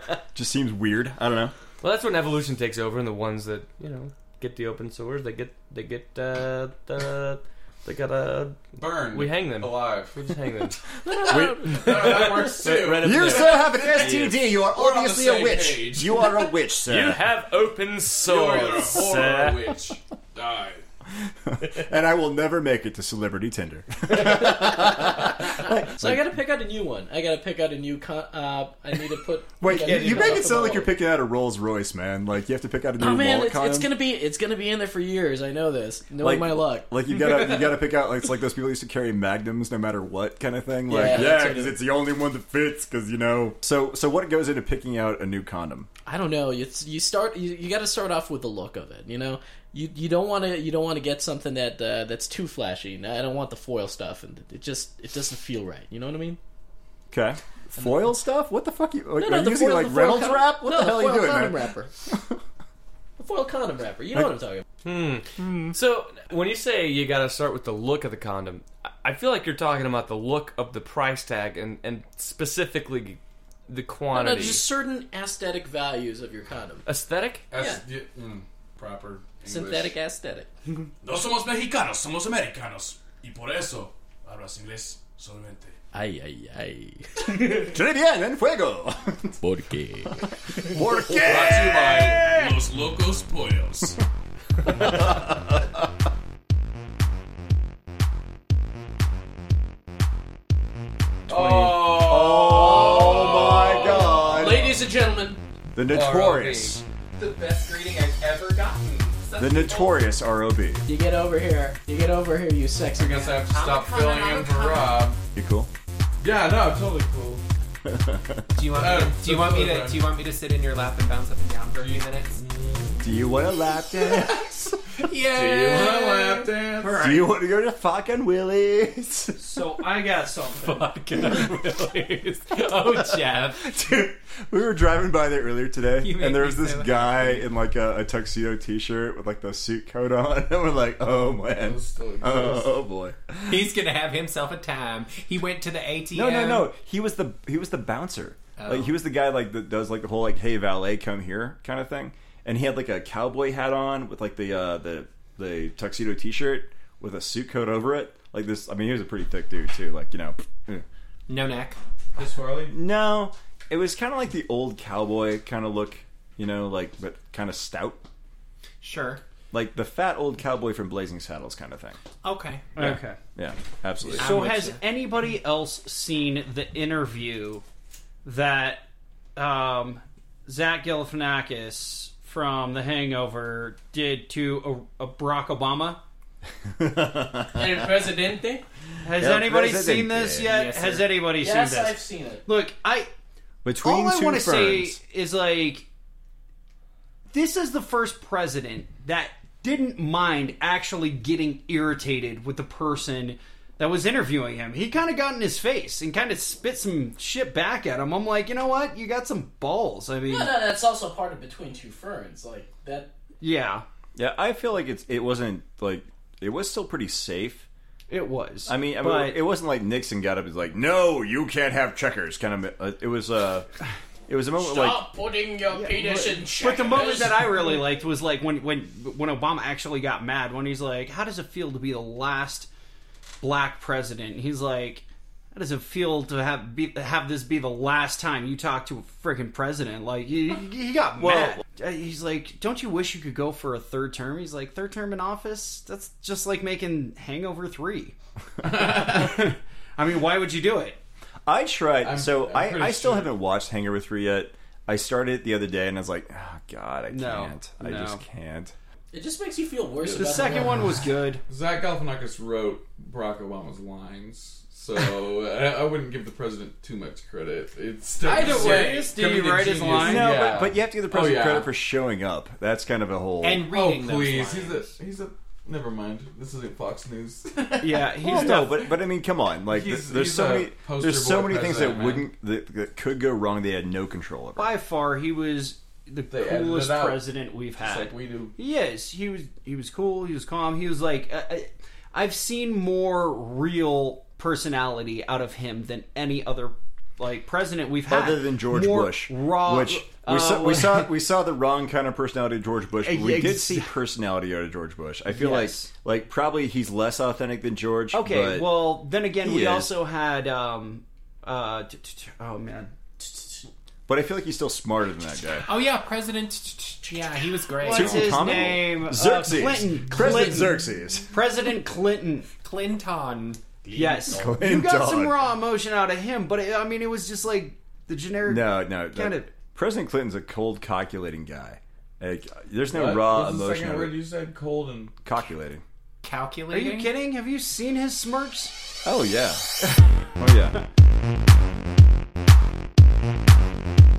[SPEAKER 1] know. Just seems weird. I don't know.
[SPEAKER 5] Well, that's when evolution takes over, and the ones that you know get the open sores, they get they get uh, the they got uh,
[SPEAKER 6] Burn.
[SPEAKER 5] We hang them.
[SPEAKER 6] alive.
[SPEAKER 5] we just hang them.
[SPEAKER 6] No, that works too.
[SPEAKER 5] Right up
[SPEAKER 1] You
[SPEAKER 5] there.
[SPEAKER 1] sir have an STD. You are
[SPEAKER 6] We're on the
[SPEAKER 1] obviously a
[SPEAKER 6] same
[SPEAKER 1] witch.
[SPEAKER 6] page.
[SPEAKER 1] You are a witch, sir.
[SPEAKER 5] You have open
[SPEAKER 6] You're a
[SPEAKER 5] sores,
[SPEAKER 6] horror
[SPEAKER 5] sir.
[SPEAKER 6] witch. Die.
[SPEAKER 1] and I will never make it to celebrity Tinder.
[SPEAKER 4] So I gotta pick out a new one. I gotta pick out a new. Con- uh, I need to put.
[SPEAKER 1] Wait,
[SPEAKER 4] I
[SPEAKER 1] you,
[SPEAKER 4] need to
[SPEAKER 1] you
[SPEAKER 4] put
[SPEAKER 1] make
[SPEAKER 4] off
[SPEAKER 1] it
[SPEAKER 4] the
[SPEAKER 1] sound like you're
[SPEAKER 4] wallet.
[SPEAKER 1] picking out a Rolls Royce, man. Like you have to pick out a new
[SPEAKER 4] Oh man,
[SPEAKER 1] wallet
[SPEAKER 4] it's, it's
[SPEAKER 1] condom.
[SPEAKER 4] gonna be it's gonna be in there for years. I know this. Knowing
[SPEAKER 1] like
[SPEAKER 4] my luck.
[SPEAKER 1] Like you gotta you gotta pick out. Like, it's like those people used to carry magnums no matter what kind of thing. Like
[SPEAKER 4] Yeah,
[SPEAKER 1] yeah,
[SPEAKER 4] that's
[SPEAKER 1] because
[SPEAKER 4] what it-
[SPEAKER 1] it's the only one that fits. Because you know. So so what goes into picking out a new condom?
[SPEAKER 4] I don't know. You you start you, you got to start off with the look of it. You know, you you don't want to you don't want to get something that uh, that's too flashy. And I don't want the foil stuff, and it just it doesn't feel right. You know what I mean?
[SPEAKER 1] Okay. Foil stuff? What the fuck? You, like,
[SPEAKER 4] No,
[SPEAKER 1] are
[SPEAKER 4] no,
[SPEAKER 1] you
[SPEAKER 4] the
[SPEAKER 1] using
[SPEAKER 4] foil-
[SPEAKER 1] like
[SPEAKER 4] the foil
[SPEAKER 1] Reynolds
[SPEAKER 4] condom-
[SPEAKER 1] wrap? What
[SPEAKER 4] no,
[SPEAKER 1] the hell are you
[SPEAKER 4] foil
[SPEAKER 1] doing,
[SPEAKER 4] condom
[SPEAKER 1] man?
[SPEAKER 4] wrapper. the foil condom wrapper. You know what I'm talking about.
[SPEAKER 5] So when you say you got to start with the look of the condom, I- I feel like you're talking about the look of the price tag and and specifically the
[SPEAKER 4] No,
[SPEAKER 5] quantity.
[SPEAKER 4] just certain aesthetic values of your condom.
[SPEAKER 5] Aesthetic?
[SPEAKER 6] That's yeah. mm, proper English.
[SPEAKER 4] Synthetic aesthetic.
[SPEAKER 2] No somos mexicanos, somos americanos. Y por eso hablas inglés solamente.
[SPEAKER 4] Ay ay ay.
[SPEAKER 1] Très bien, en fuego.
[SPEAKER 4] Porque.
[SPEAKER 1] Por
[SPEAKER 2] Brought
[SPEAKER 1] qué?
[SPEAKER 2] to you by
[SPEAKER 6] ¡Eh!
[SPEAKER 2] Los Locos Pollos.
[SPEAKER 1] Oh my god.
[SPEAKER 4] Ladies and gentlemen,
[SPEAKER 1] The notorious.
[SPEAKER 10] The best greeting I've ever gotten.
[SPEAKER 1] The notorious ROB.
[SPEAKER 4] you get over here. You get over here. You sexy.
[SPEAKER 6] I guess I have to stop
[SPEAKER 10] coming,
[SPEAKER 6] filling
[SPEAKER 10] I'm
[SPEAKER 6] in for
[SPEAKER 10] coming.
[SPEAKER 6] Rob.
[SPEAKER 1] You cool?
[SPEAKER 6] Yeah, no, I'm totally cool.
[SPEAKER 10] Do you want me
[SPEAKER 6] Oh,
[SPEAKER 10] to, do you want me to do you want me to sit in your lap and bounce up and down for a few minutes?
[SPEAKER 1] Do you want a lap dance?
[SPEAKER 6] Do you want a lap dance?
[SPEAKER 1] Do you want to go to fucking Willie's?
[SPEAKER 8] So I got something.
[SPEAKER 5] oh, Jeff.
[SPEAKER 1] Dude, we were driving by there earlier today,
[SPEAKER 10] You make
[SPEAKER 1] and there was
[SPEAKER 10] me
[SPEAKER 1] this
[SPEAKER 10] so happy.
[SPEAKER 1] guy in like a, a tuxedo T-shirt with like the suit coat on, and we're like, "Oh man,
[SPEAKER 6] Those still exist.
[SPEAKER 1] oh, oh, boy."
[SPEAKER 10] He's gonna have himself a time. He went to the ATM.
[SPEAKER 1] No, no, no. He was the he was the bouncer.
[SPEAKER 6] Oh.
[SPEAKER 1] Like he was the guy like that does like the whole like "Hey valet, come here" kind of thing, and he had like a cowboy hat on with like the uh, the the tuxedo T-shirt with a suit coat over it. Like this, I mean, he was a pretty thick dude too. Like you know. eh.
[SPEAKER 10] No neck.
[SPEAKER 6] This Farley?
[SPEAKER 1] No, it was kind of like the old cowboy kind of look, you know, like but kind of stout,
[SPEAKER 10] Sure.
[SPEAKER 1] like the fat old cowboy from Blazing Saddles kind of thing.
[SPEAKER 10] Okay.
[SPEAKER 8] Okay.
[SPEAKER 1] Yeah, absolutely.
[SPEAKER 8] So
[SPEAKER 10] with
[SPEAKER 8] has
[SPEAKER 10] ya.
[SPEAKER 8] anybody else seen the interview that um, Zach Galifianakis from The Hangover did to a, a Barack Obama?
[SPEAKER 4] El Presidente?
[SPEAKER 8] Has
[SPEAKER 1] El
[SPEAKER 8] anybody
[SPEAKER 1] Presidente.
[SPEAKER 8] seen this yet?
[SPEAKER 4] Yes, sir.
[SPEAKER 8] Has anybody
[SPEAKER 4] Yes,
[SPEAKER 8] seen this?
[SPEAKER 4] I've seen it.
[SPEAKER 8] Look, I
[SPEAKER 1] Between
[SPEAKER 8] all I
[SPEAKER 1] two
[SPEAKER 8] want to
[SPEAKER 1] ferns.
[SPEAKER 8] say is like, this is the first president that didn't mind actually getting irritated with the person that was interviewing him. He kind of got in his face and kind of spit some shit back at him. I'm like, you know what? You got some balls. I mean,
[SPEAKER 4] No, no, that's also part of Between Two Ferns. Like, that.
[SPEAKER 8] yeah,
[SPEAKER 1] Yeah, I feel like it's it wasn't like it was still pretty safe.
[SPEAKER 8] it was.
[SPEAKER 1] I mean, I mean
[SPEAKER 8] But-
[SPEAKER 1] it wasn't like Nixon got up and was like, "No, you can't have checkers." Kind of, uh, it was uh, it was a moment like
[SPEAKER 4] Stop putting your penis in check.
[SPEAKER 8] But the moment that I really liked was like when when when Obama actually got mad when he's like, "How does it feel to be the last black president?" And he's like, "How does it feel to have be, have this be the last time you talk to a freaking president?" Like he, he got mad. Uh, He's like, "Don't you wish you could go for a third term?" He's like, third term in office? That's just like making Hangover three. I mean, why would you do it?"
[SPEAKER 1] I tried. so
[SPEAKER 6] I'm
[SPEAKER 1] I,
[SPEAKER 6] pretty
[SPEAKER 1] I still
[SPEAKER 6] sure.
[SPEAKER 1] haven't watched Hangover Three yet. I started it the other day and I was like, "Oh God, I
[SPEAKER 8] No,
[SPEAKER 1] can't. I
[SPEAKER 8] no.
[SPEAKER 1] just can't."
[SPEAKER 4] It just makes you feel worse
[SPEAKER 8] The
[SPEAKER 4] about
[SPEAKER 8] second
[SPEAKER 4] world.
[SPEAKER 8] one was good.
[SPEAKER 6] Zach Galifianakis wrote Barack Obama's lines, so I, I wouldn't give the president too much credit. It's still
[SPEAKER 8] Either
[SPEAKER 6] it's
[SPEAKER 8] way,
[SPEAKER 6] comedic
[SPEAKER 8] did he write his
[SPEAKER 6] genius.
[SPEAKER 8] lines?
[SPEAKER 1] No,
[SPEAKER 6] Yeah.
[SPEAKER 1] but, but you have to give the president
[SPEAKER 6] Oh, yeah.
[SPEAKER 1] credit for showing up. That's kind of a whole.
[SPEAKER 8] And
[SPEAKER 6] oh
[SPEAKER 8] reading those
[SPEAKER 6] please, he's
[SPEAKER 8] lines.
[SPEAKER 6] a he's a. Never mind, this isn't Fox News.
[SPEAKER 8] Yeah, he's
[SPEAKER 1] well,
[SPEAKER 8] no,
[SPEAKER 1] Oh, no, but but I mean, come on! Like,
[SPEAKER 6] He's-
[SPEAKER 1] there's
[SPEAKER 6] he's
[SPEAKER 1] so
[SPEAKER 6] a
[SPEAKER 1] many,
[SPEAKER 6] poster
[SPEAKER 1] there's so
[SPEAKER 6] boy
[SPEAKER 1] many things that
[SPEAKER 6] president, man.
[SPEAKER 1] wouldn't that, that could go wrong. They had no control over.
[SPEAKER 8] by far he was the
[SPEAKER 6] They edited
[SPEAKER 8] coolest
[SPEAKER 6] it out.
[SPEAKER 8] president we've
[SPEAKER 6] It's
[SPEAKER 8] had.
[SPEAKER 6] like we do.
[SPEAKER 8] Yes, he was. He was cool. He was calm. He was like, uh, I- I've seen more real personality out of him than any other like president we've had,
[SPEAKER 1] other than George
[SPEAKER 8] More
[SPEAKER 1] Bush,
[SPEAKER 8] Raw,
[SPEAKER 1] which we,
[SPEAKER 8] uh,
[SPEAKER 1] saw, we saw we saw the wrong kind of personality of George Bush. But we
[SPEAKER 8] Ex-
[SPEAKER 1] did see personality out of George Bush. I feel
[SPEAKER 8] Yes.
[SPEAKER 1] like like probably he's less authentic than George.
[SPEAKER 8] Okay,
[SPEAKER 1] but-
[SPEAKER 8] well then again,
[SPEAKER 1] he
[SPEAKER 8] we
[SPEAKER 1] is.
[SPEAKER 8] also had. um uh, t- t- t- Oh man,
[SPEAKER 1] but I feel like he's still smarter than that guy.
[SPEAKER 4] Oh, yeah, President.
[SPEAKER 10] Yeah, he was great.
[SPEAKER 8] what's his
[SPEAKER 1] Tutankhamun?
[SPEAKER 8] name? Uh,
[SPEAKER 1] Xerxes,
[SPEAKER 8] Clinton.
[SPEAKER 1] President
[SPEAKER 8] Clinton.
[SPEAKER 1] Xerxes.
[SPEAKER 8] President Clinton.
[SPEAKER 10] Clinton.
[SPEAKER 8] Yes,
[SPEAKER 1] Clinton.
[SPEAKER 8] you got some raw emotion out of him, but it, I mean, it was just like the generic.
[SPEAKER 1] No, no,
[SPEAKER 8] Kind
[SPEAKER 1] no.
[SPEAKER 8] of-
[SPEAKER 1] President Clinton's a cold, calculating guy. Like, there's no
[SPEAKER 6] What?
[SPEAKER 1] raw
[SPEAKER 6] What's the
[SPEAKER 1] emotion.
[SPEAKER 6] second
[SPEAKER 1] out of
[SPEAKER 6] word
[SPEAKER 1] it.
[SPEAKER 6] you said? Cold and
[SPEAKER 1] Calculating.
[SPEAKER 8] Are
[SPEAKER 10] Calculating.
[SPEAKER 8] you kidding? Have you seen his smirks?
[SPEAKER 1] Oh yeah. oh yeah.
[SPEAKER 10] I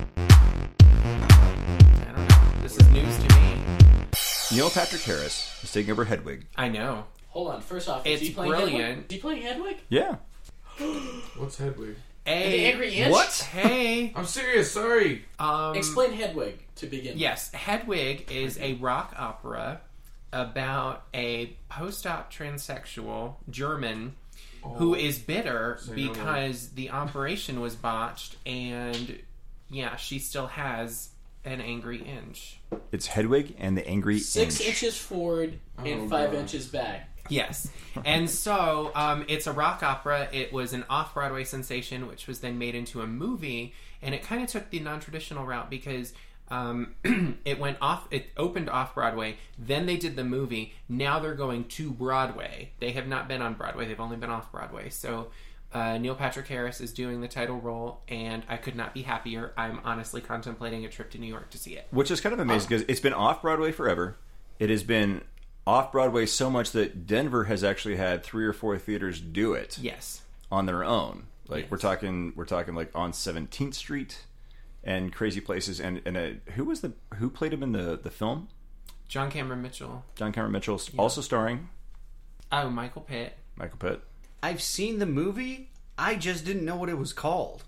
[SPEAKER 10] don't know. This is news to me.
[SPEAKER 1] Neil Patrick Harris is taking over Hedwig.
[SPEAKER 10] I know.
[SPEAKER 4] Hold on, first off, is
[SPEAKER 10] It's
[SPEAKER 4] he playing Hedwig?
[SPEAKER 10] brilliant.
[SPEAKER 4] Is he playing Hedwig?
[SPEAKER 1] Yeah.
[SPEAKER 6] what's Hedwig?
[SPEAKER 10] Hey,
[SPEAKER 4] Angry Inch?
[SPEAKER 10] What? Hey.
[SPEAKER 6] I'm serious. Sorry.
[SPEAKER 10] Um,
[SPEAKER 4] Explain Hedwig to begin
[SPEAKER 10] Yes, Hedwig is a rock opera about a post-op transsexual German who is bitter
[SPEAKER 6] no more.
[SPEAKER 10] because the operation was botched, and yeah, she still has an angry inch.
[SPEAKER 1] It's Hedwig and the Angry
[SPEAKER 4] with. Six
[SPEAKER 1] Inch.
[SPEAKER 4] inches forward and
[SPEAKER 6] Oh,
[SPEAKER 4] five
[SPEAKER 6] God.
[SPEAKER 4] inches back.
[SPEAKER 10] Yes. And so um, it's a rock opera. It was an off Broadway sensation, which was then made into a movie. And it kind of took the non traditional route because um, it went off, it opened off Broadway. Then they did the movie. Now they're going to Broadway. They have not been on Broadway, they've only been off Broadway. So uh, Neil Patrick Harris is doing the title role, and I could not be happier. I'm honestly contemplating a trip to New York to see it.
[SPEAKER 1] Which is kind of amazing
[SPEAKER 6] Oh.
[SPEAKER 1] because it's been off Broadway forever. It has been off Broadway so much that Denver has actually had three or four theaters do it
[SPEAKER 10] Yes.
[SPEAKER 1] on their own. Like we're talking, we're talking like on Seventeenth Street and crazy places. And and uh who was the who played him in the the film?
[SPEAKER 10] John Cameron Mitchell.
[SPEAKER 1] John Cameron Mitchell, also starring
[SPEAKER 10] Oh, Michael Pitt.
[SPEAKER 1] Michael Pitt.
[SPEAKER 8] I've seen the movie. I just didn't know what it was called.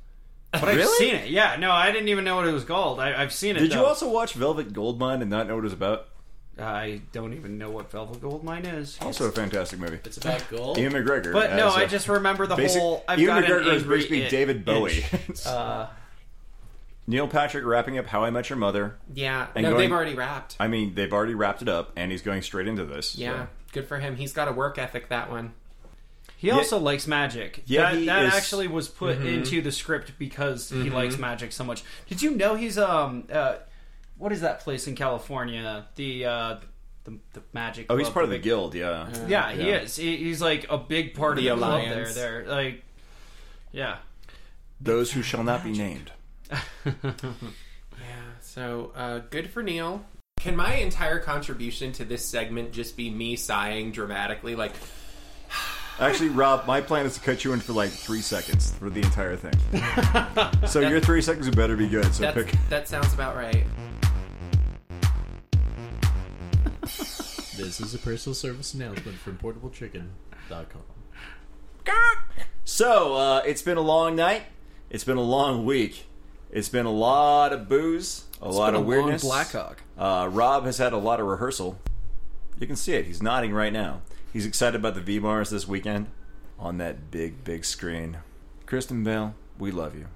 [SPEAKER 8] But I've
[SPEAKER 1] Really?
[SPEAKER 8] seen it. Yeah, no, I didn't even know what it was called. I, I've seen it.
[SPEAKER 1] Did you
[SPEAKER 8] though.
[SPEAKER 1] also watch Velvet Goldmine and not know what it was about?
[SPEAKER 8] I don't even know what Velvet Goldmine is.
[SPEAKER 1] Also a fantastic movie.
[SPEAKER 4] It's about gold.
[SPEAKER 1] Ian McGregor.
[SPEAKER 8] But no,
[SPEAKER 1] as, uh,
[SPEAKER 8] I just remember the
[SPEAKER 1] basic-
[SPEAKER 8] whole. I've
[SPEAKER 1] Ian
[SPEAKER 8] got
[SPEAKER 1] McGregor
[SPEAKER 8] an
[SPEAKER 1] is
[SPEAKER 8] angry
[SPEAKER 1] basically
[SPEAKER 8] it-
[SPEAKER 1] David Bowie.
[SPEAKER 8] itch. Uh,
[SPEAKER 1] Neil Patrick wrapping up How I Met Your Mother.
[SPEAKER 10] Yeah.
[SPEAKER 1] And
[SPEAKER 10] no,
[SPEAKER 1] going-
[SPEAKER 10] they've already wrapped.
[SPEAKER 1] I mean, they've already wrapped it up, and he's going straight into this.
[SPEAKER 10] Yeah,
[SPEAKER 1] so.
[SPEAKER 10] good for him. He's got a work ethic. That one.
[SPEAKER 8] He also likes magic.
[SPEAKER 1] Yeah,
[SPEAKER 8] that,
[SPEAKER 1] he
[SPEAKER 8] that
[SPEAKER 1] is- Mm-hmm.
[SPEAKER 8] actually was put into the script because he likes magic so much. Did you know he's um uh, what is that place in California? The uh, the, the magic.
[SPEAKER 1] Oh, he's
[SPEAKER 8] club,
[SPEAKER 1] part of the
[SPEAKER 8] big-
[SPEAKER 1] guild. Yeah.
[SPEAKER 8] Yeah, he is. He, he's like a big part
[SPEAKER 10] The
[SPEAKER 8] of the
[SPEAKER 10] Alliance.
[SPEAKER 8] club there. There, like, yeah.
[SPEAKER 1] Those who shall not be named.
[SPEAKER 10] Yeah. So uh, good for Neil. Can my entire contribution to this segment just be me sighing dramatically, like
[SPEAKER 1] Actually, Rob, my plan is to cut you in for like three seconds for the entire thing. so your three seconds would better be good. So
[SPEAKER 10] that's,
[SPEAKER 1] pick.
[SPEAKER 10] that sounds about right?
[SPEAKER 4] This is a personal service announcement from PortableChicken.com.
[SPEAKER 1] So uh, it's been a long night. It's been a long week. It's been a lot of booze, a
[SPEAKER 11] It's
[SPEAKER 1] lot
[SPEAKER 11] been
[SPEAKER 1] of
[SPEAKER 11] a long
[SPEAKER 1] weirdness.
[SPEAKER 11] Blackhawk.
[SPEAKER 1] Uh, Rob has had a lot of rehearsal. You can see it. He's nodding right now. He's excited about the V bars this weekend on that big, big screen. Kristen Bell, we love you.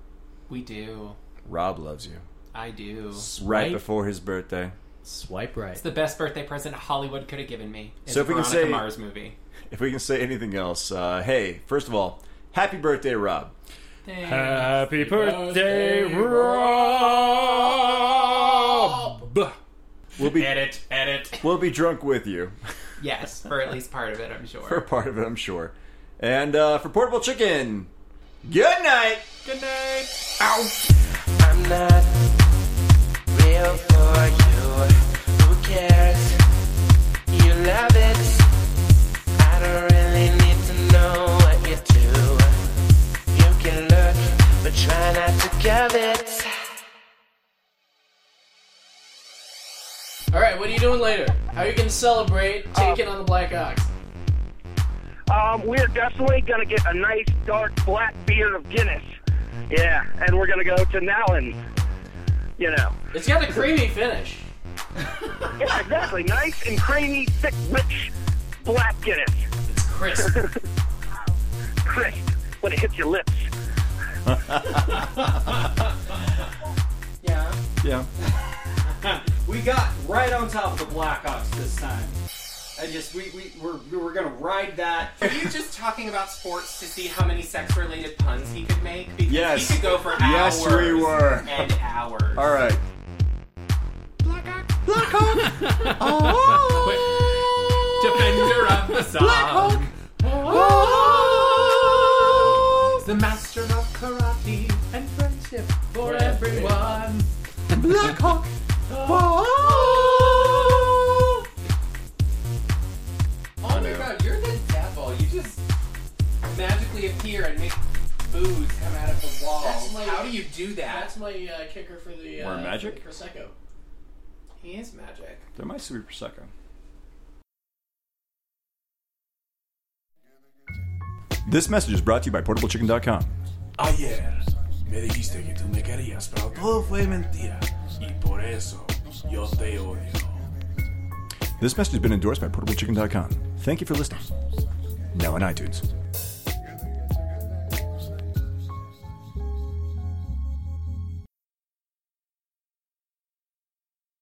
[SPEAKER 10] We do.
[SPEAKER 1] Rob loves you.
[SPEAKER 10] I do.
[SPEAKER 1] Right before his birthday.
[SPEAKER 4] Swipe right.
[SPEAKER 10] It's the best birthday present Hollywood could have given me. It's
[SPEAKER 1] So if we can
[SPEAKER 10] Veronica
[SPEAKER 1] say-
[SPEAKER 10] Mars movie.
[SPEAKER 1] If we can say anything else, uh, hey, first of all, happy birthday, Rob.
[SPEAKER 10] Thanks.
[SPEAKER 1] Uh,
[SPEAKER 5] Happy
[SPEAKER 10] birthday,
[SPEAKER 5] Rob.
[SPEAKER 1] We'll be
[SPEAKER 10] edit, edit.
[SPEAKER 1] We'll be drunk with you
[SPEAKER 10] Yes, for at least part of it, I'm
[SPEAKER 1] for
[SPEAKER 10] sure.
[SPEAKER 1] part of it, I'm sure. And uh, for portable chicken, good night.
[SPEAKER 10] Good night.
[SPEAKER 12] I'm not real for you. Who cares? You love it. I don't really need to know what you do. You can look, but try not to covet.
[SPEAKER 13] All right, what are you doing later? How are you going to celebrate taking on the Black Ox?
[SPEAKER 7] Um, we're definitely going to get a nice dark black beer of Guinness. Yeah, and we're going to go to Nowlands. You know.
[SPEAKER 13] It's got a creamy finish.
[SPEAKER 7] Yeah, exactly. Nice and creamy, thick, rich black Guinness. It's
[SPEAKER 13] crisp.
[SPEAKER 7] crisp when it hits your lips.
[SPEAKER 10] Yeah.
[SPEAKER 1] Yeah.
[SPEAKER 8] we got right on top of the Blackhawks this time. I just we we we're, we're gonna ride that.
[SPEAKER 10] Are you just talking about sports to see how many sex-related puns he could make? Because
[SPEAKER 1] Yes.
[SPEAKER 10] he could go for hours.
[SPEAKER 1] Yes, we were.
[SPEAKER 10] And hours.
[SPEAKER 1] All right.
[SPEAKER 10] Defender of the song.
[SPEAKER 12] Black
[SPEAKER 10] The master of karate and friendship for everyone.
[SPEAKER 12] Black Hawk.
[SPEAKER 10] Oh my god, you're the devil. You just magically appear and make booze come out of the wall.
[SPEAKER 13] That's my-
[SPEAKER 10] How do you do that?
[SPEAKER 13] That's my uh, kicker for the uh,
[SPEAKER 1] More magic?
[SPEAKER 13] for the prosecco.
[SPEAKER 10] He is magic.
[SPEAKER 1] There might still be prosecco. This message is brought to you by PortableChicken.com.
[SPEAKER 2] Ayer Ah, me dijiste que tú me querías, pero todo fue mentira. Y por eso yo te odio.
[SPEAKER 1] This message has been endorsed by PortableChicken.com. Thank you for listening. Now on iTunes.